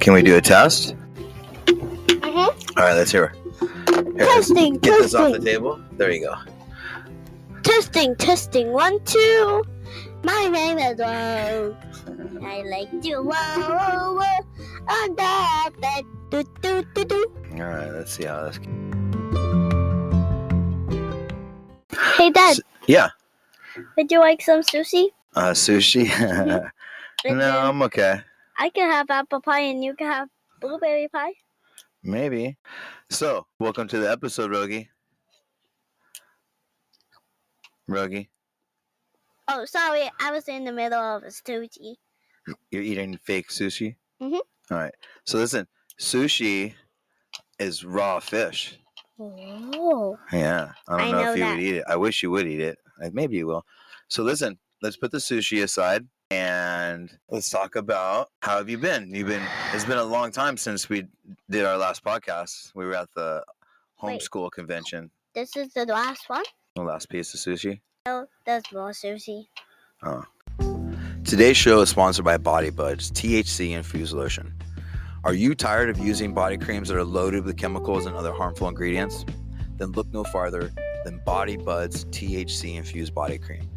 Can we do a test? Mhm. All right, let's hear. Here, let's Testing, get this off the testing, table. There you go. testing, testing. One, two. My name is Woe. I like to wow on the bed. Do, do, do, do. All right, let's see how this. Hey, Dad. Yeah, Would you like some sushi? uh, sushi. I no, can- I'm okay. I can have apple pie and you can have blueberry pie. Maybe. So, welcome to the episode, Rogi. Rogi, Oh, sorry, I was in the middle of a sushi. you're eating fake sushi. Mhm. All right. So listen, sushi is raw fish. Oh. Yeah, I don't I know, know if you that. would eat it. I wish you would eat it. Like, maybe you will. So listen, let's put the sushi aside and let's talk about how have you been? You've been. It's been a long time since we did our last podcast. We were at the Wait. homeschool convention. This is the last one? The last piece of sushi. No, there's more sushi. Today's show is sponsored by Body Buds THC infused lotion. Are you tired of using body creams that are loaded with chemicals and other harmful ingredients? Then look no farther than Body Buds THC infused body cream.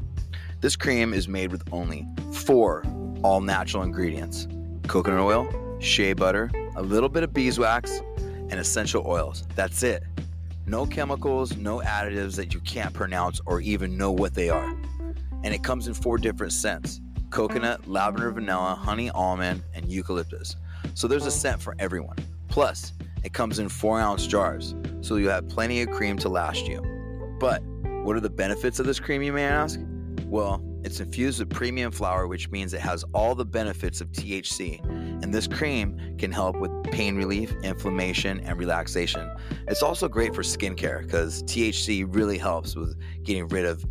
This cream is made with only four all natural ingredients coconut oil, shea butter, a little bit of beeswax, and essential oils. That's it. No chemicals, no additives that you can't pronounce or even know what they are. And it comes in four different scents coconut, lavender, vanilla, honey, almond, and eucalyptus. So there's a scent for everyone. Plus, it comes in four ounce jars, so you have plenty of cream to last you. But what are the benefits of this cream, you may ask? Well, it's infused with premium flour, which means it has all the benefits of THC, and this cream can help with pain relief, inflammation, and relaxation. It's also great for skincare because THC really helps with getting rid of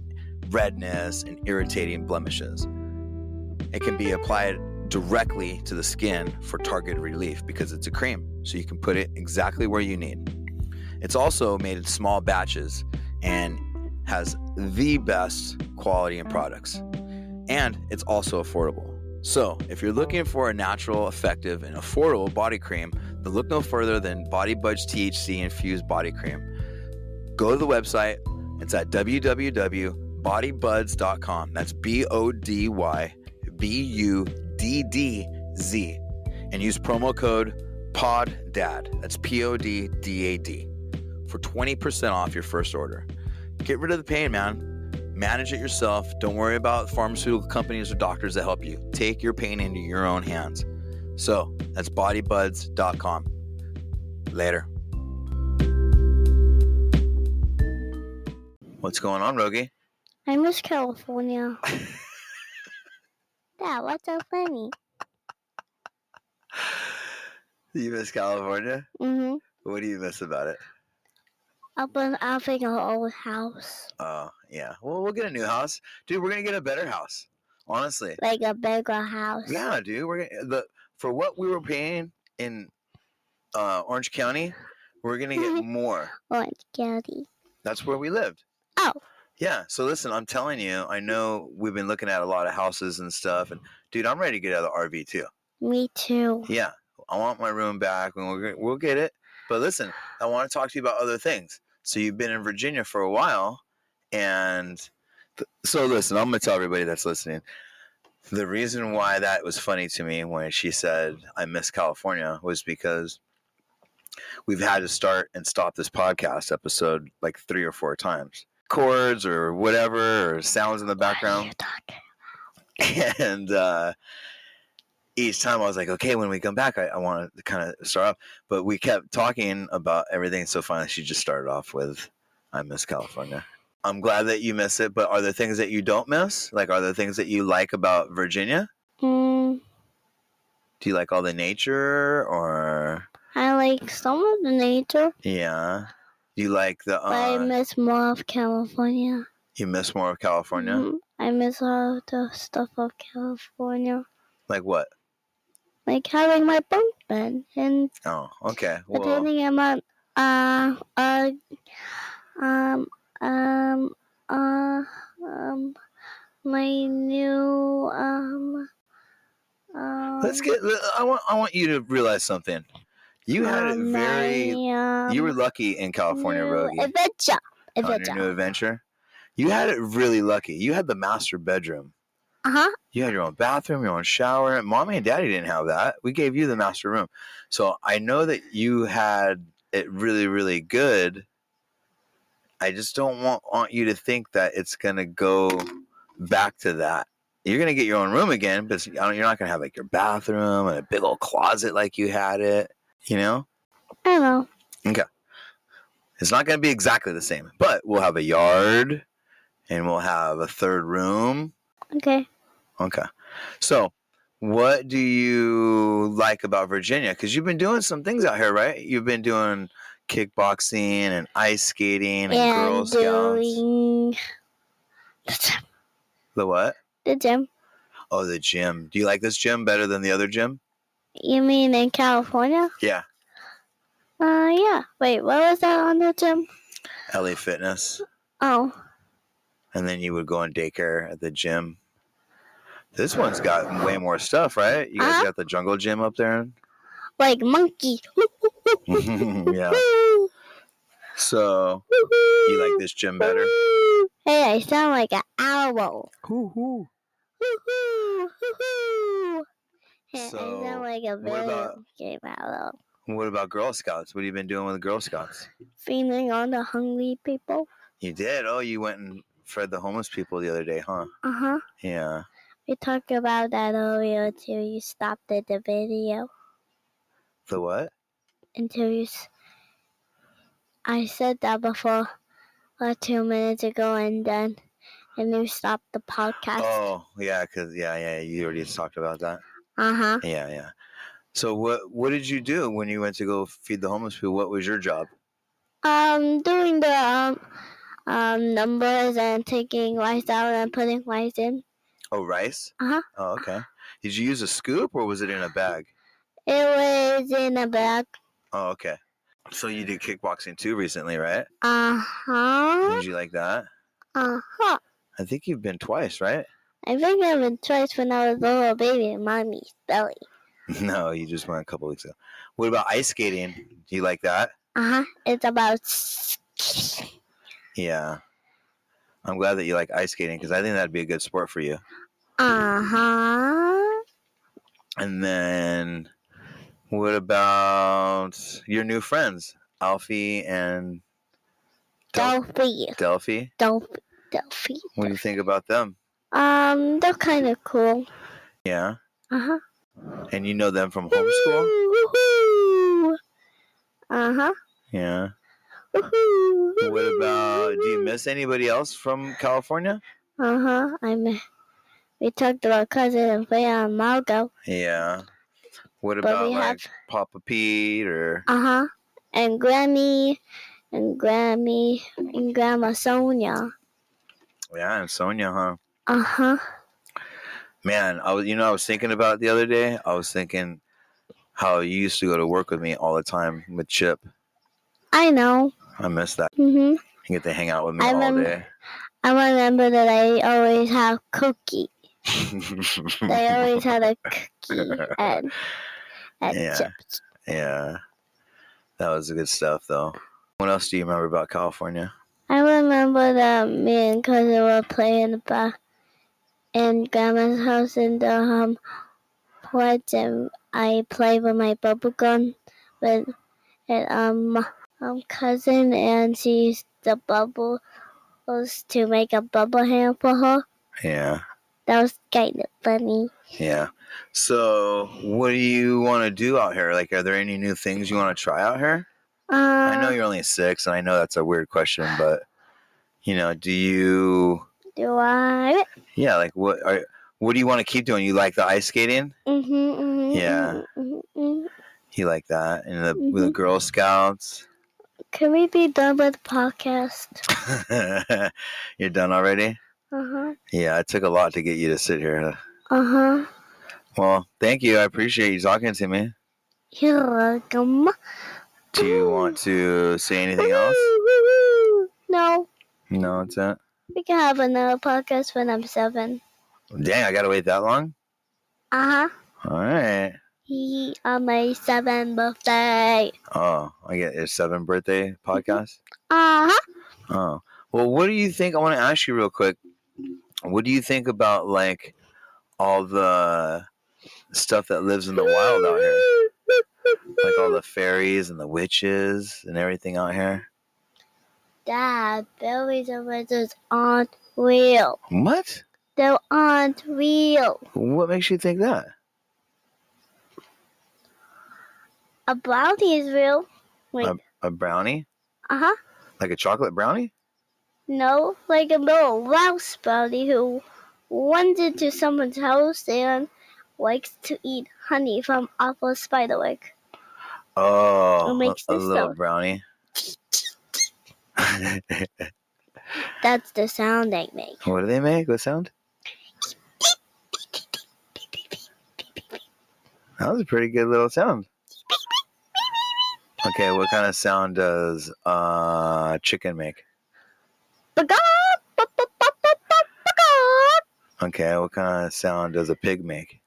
redness and irritating blemishes. It can be applied directly to the skin for targeted relief because it's a cream, so you can put it exactly where you need. It's also made in small batches and has the best quality in products. And it's also affordable. So, if you're looking for a natural, effective, and affordable body cream, then look no further than Body Budge THC infused body cream. Go to the website. It's at www.bodybuds.com. That's B O D Y B U D D Z and use promo code PODDAD. That's P O D D A D for 20% off your first order. Get rid of the pain, man. Manage it yourself. Don't worry about pharmaceutical companies or doctors that help you. Take your pain into your own hands. So that's bodybuds.com. Later. What's going on, Rogi? I miss California. Dad, what's so funny? You miss California? Mm-hmm. What do you miss about it? Up in up in our old house. Oh, yeah. Well, we'll get a new house. Dude, we're going to get a better house. Honestly. Like a bigger house. Yeah, dude. We're gonna, the for what we were paying in uh, Orange County, we're going to get more. Orange County. That's where we lived. Oh. Yeah. So listen, I'm telling you, I know we've been looking at a lot of houses and stuff and dude, I'm ready to get out of the RV too. Me too. Yeah, I want my room back, and we'll we'll get it. But listen, I want to talk to you about other things. So you've been in Virginia for a while, and th- so listen, I'm gonna tell everybody that's listening. The reason why that was funny to me when she said I miss California was because we've had to start and stop this podcast episode like three or four times. Chords or whatever, or sounds in the What are background you talking- and uh, each time I was like, okay, when we come back, I, I want to kind of start off. But we kept talking about everything, so finally she just started off with, "I miss California." I'm glad that you miss it, but are there things that you don't miss? Like, are there things that you like about Virginia? Mm, Do you like all the nature, or I like some of the nature, yeah? Do you like the? but I Uh, miss more of California. you miss more of California, Mhm. I miss all the stuff of California. like what? Like having my bunk bed and Oh, okay. But Well, then I'm on uh uh um um uh um my new um um Let's get. I want. I want you to realize something. You had uh, it Um, very. You were lucky in California Road Adventure. on your Adventure. new adventure. You had it really lucky. You had the master bedroom. Uh huh. You had your own bathroom, your own shower. Mommy and daddy didn't have that. We gave you the master room. So I know that you had it really, really good. I just don't want, want you to think that it's going to go back to that. You're going to get your own room again, but it's- I don't- you're not going to have like your bathroom and a big old closet like you had it. You know, I don't know. it's not going to be exactly the same, but we'll have a yard and we'll have a third room. Okay. Okay. So, what do you like about Virginia? Because you've been doing some things out here, right? You've been doing kickboxing and ice skating and, Girl And Scouts. doing the gym. The what? The gym. Oh, the gym. Do you like this gym better than the other gym? You mean in California? Yeah, Uh, yeah. Wait, what was that on the gym? LA Fitness. Oh, And then you would go on daycare at the gym. This one's got way more stuff, right? You guys Uh-huh. got the jungle gym up there. like monkey. yeah. So, you like this gym better? Hey, I sound like an owl. Hey, I So, sound like a what about- video game owl. What about Girl Scouts? What have you been doing with Girl Scouts? Feeding on the hungry people. You did. Oh, you went and fed the homeless people the other day, huh? Uh huh. Yeah. We talked about that earlier until you stopped at the video. The what? Until you. S- I said that before, uh, two minutes ago, and then, and you stopped the podcast. Oh, yeah, cause yeah, yeah, you already talked about that. Uh huh. Yeah, yeah. So what what did you do when you went to go feed the homeless people? What was your job? Um, doing the um, um numbers and taking lights out and putting lights in. Oh, rice. Uh-huh. Oh, okay. Did you use a scoop or was it in a bag? It was in a bag. Oh, okay. So you did kickboxing too recently, right? Uh huh. Did you like that? Uh huh. I think you've been twice, right? I think I've been twice when I was a little baby in mommy's belly. No, you just went a couple weeks ago. What about ice skating? Do you like that? Uh huh. It's about. Yeah. I'm glad that you like ice skating because I think that'd be a good sport for you. Uh huh. And then what about your new friends, Alfie and Del- Delphi. Delphi? Delphi. Delphi. What do you think about them? Um, they're kind of cool. Yeah. Uh huh. And you know them from homeschool? Uh huh. Yeah. What about do you miss anybody else from California? Uh huh. I mean, we talked about cousin and Freya and Margo, Yeah. What but about we like have Papa Pete or uh huh, and Grammy, and Grammy, and Grandma Sonia. Yeah, and Sonia, huh? Uh huh. Man, I was you know I was thinking about the other day. I was thinking how you used to go to work with me all the time with Chip. I know. I miss that. Mhm. You get to hang out with me I all remem- day. I remember that I always have cookie. They always had a cookie and and Yeah. chips. yeah. That was good stuff though. What else do you remember about California? I remember that me and cousin were playing about in grandma's house in the um porch, and I played with my bubble gun with and um um cousin, and she used the bubbles to make a bubble hand for her. Yeah. That was kind of funny. Yeah. So what do you want to do out here? Like are there any new things you want to try out here? Um, I know you're only six and I know that's a weird question, but you know, do you do I? yeah, like what are what do you want to keep doing? You like the ice skating? Mhm. mhm, Yeah. mhm, mhm. You like that? And the with the Mhm. Girl Scouts? Can we be done with the podcast? you're done already? Uh huh. Yeah, it took a lot to get you to sit here. Uh huh. Well, thank you. I appreciate you talking to me. You're welcome. Do you want to say anything else? No, No, it's it. we can have another podcast when I'm seven. Dang, I gotta wait that long. Uh huh. All right. He on my seventh birthday. Oh, I get your seventh birthday podcast. Uh huh. Oh. Well, what do you think? I want to ask you real quick. What do you think about like all the stuff that lives in the wild out here? Like all the fairies and the witches and everything out here? Dad, fairies and wizards aren't real. What? They aren't real. What makes you think that? A brownie is real. Wait. A brownie? Uh huh. Like a chocolate brownie? No, like a little mouse brownie who runs into someone's house and likes to eat honey from off a spiderweb. Oh, What makes a, a this little sound? brownie. That's the sound they make. what do they make? What sound? That was a pretty good little sound. Okay, what kind of sound does uh chicken make? Okay, what kind of sound does a pig make?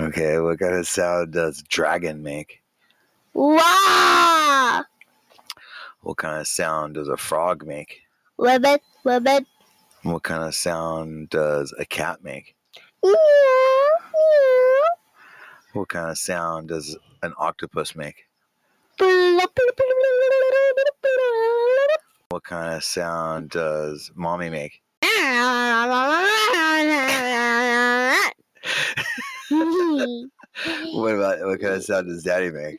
Okay, what kind of sound does dragon make? Wow! What kind of sound does a frog make? Rabbit, rabbit. What kind of sound does a cat make? Meow, meow. What kind of sound does an octopus make? What kind of sound does mommy make? What about what kind of sound does daddy make?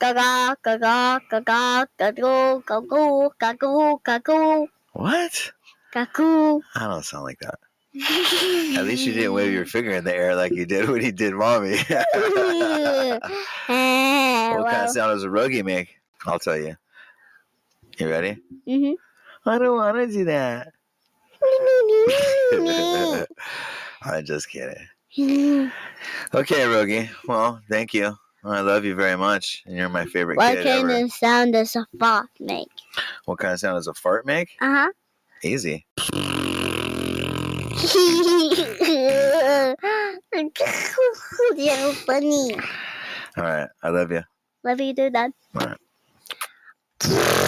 Gaga, gaga, gaga, gagoo, gagoo, gagoo, gagoo, What? gagoo. I don't sound like that. At least you didn't wave your finger in the air like you did when you did mommy. Eh, what kind well, of sound does a rogie make? I'll tell you. You ready? mhm. I don't want to do that. I'm just kidding. mm-hmm. Okay, Rogie. Well, thank you. I love you very much, and you're my favorite What kid can ever. the sound does a fart make? What kind of sound does a fart make? Uh Easy. huh. You're funny. All right, I love you. Love you, do that. All right.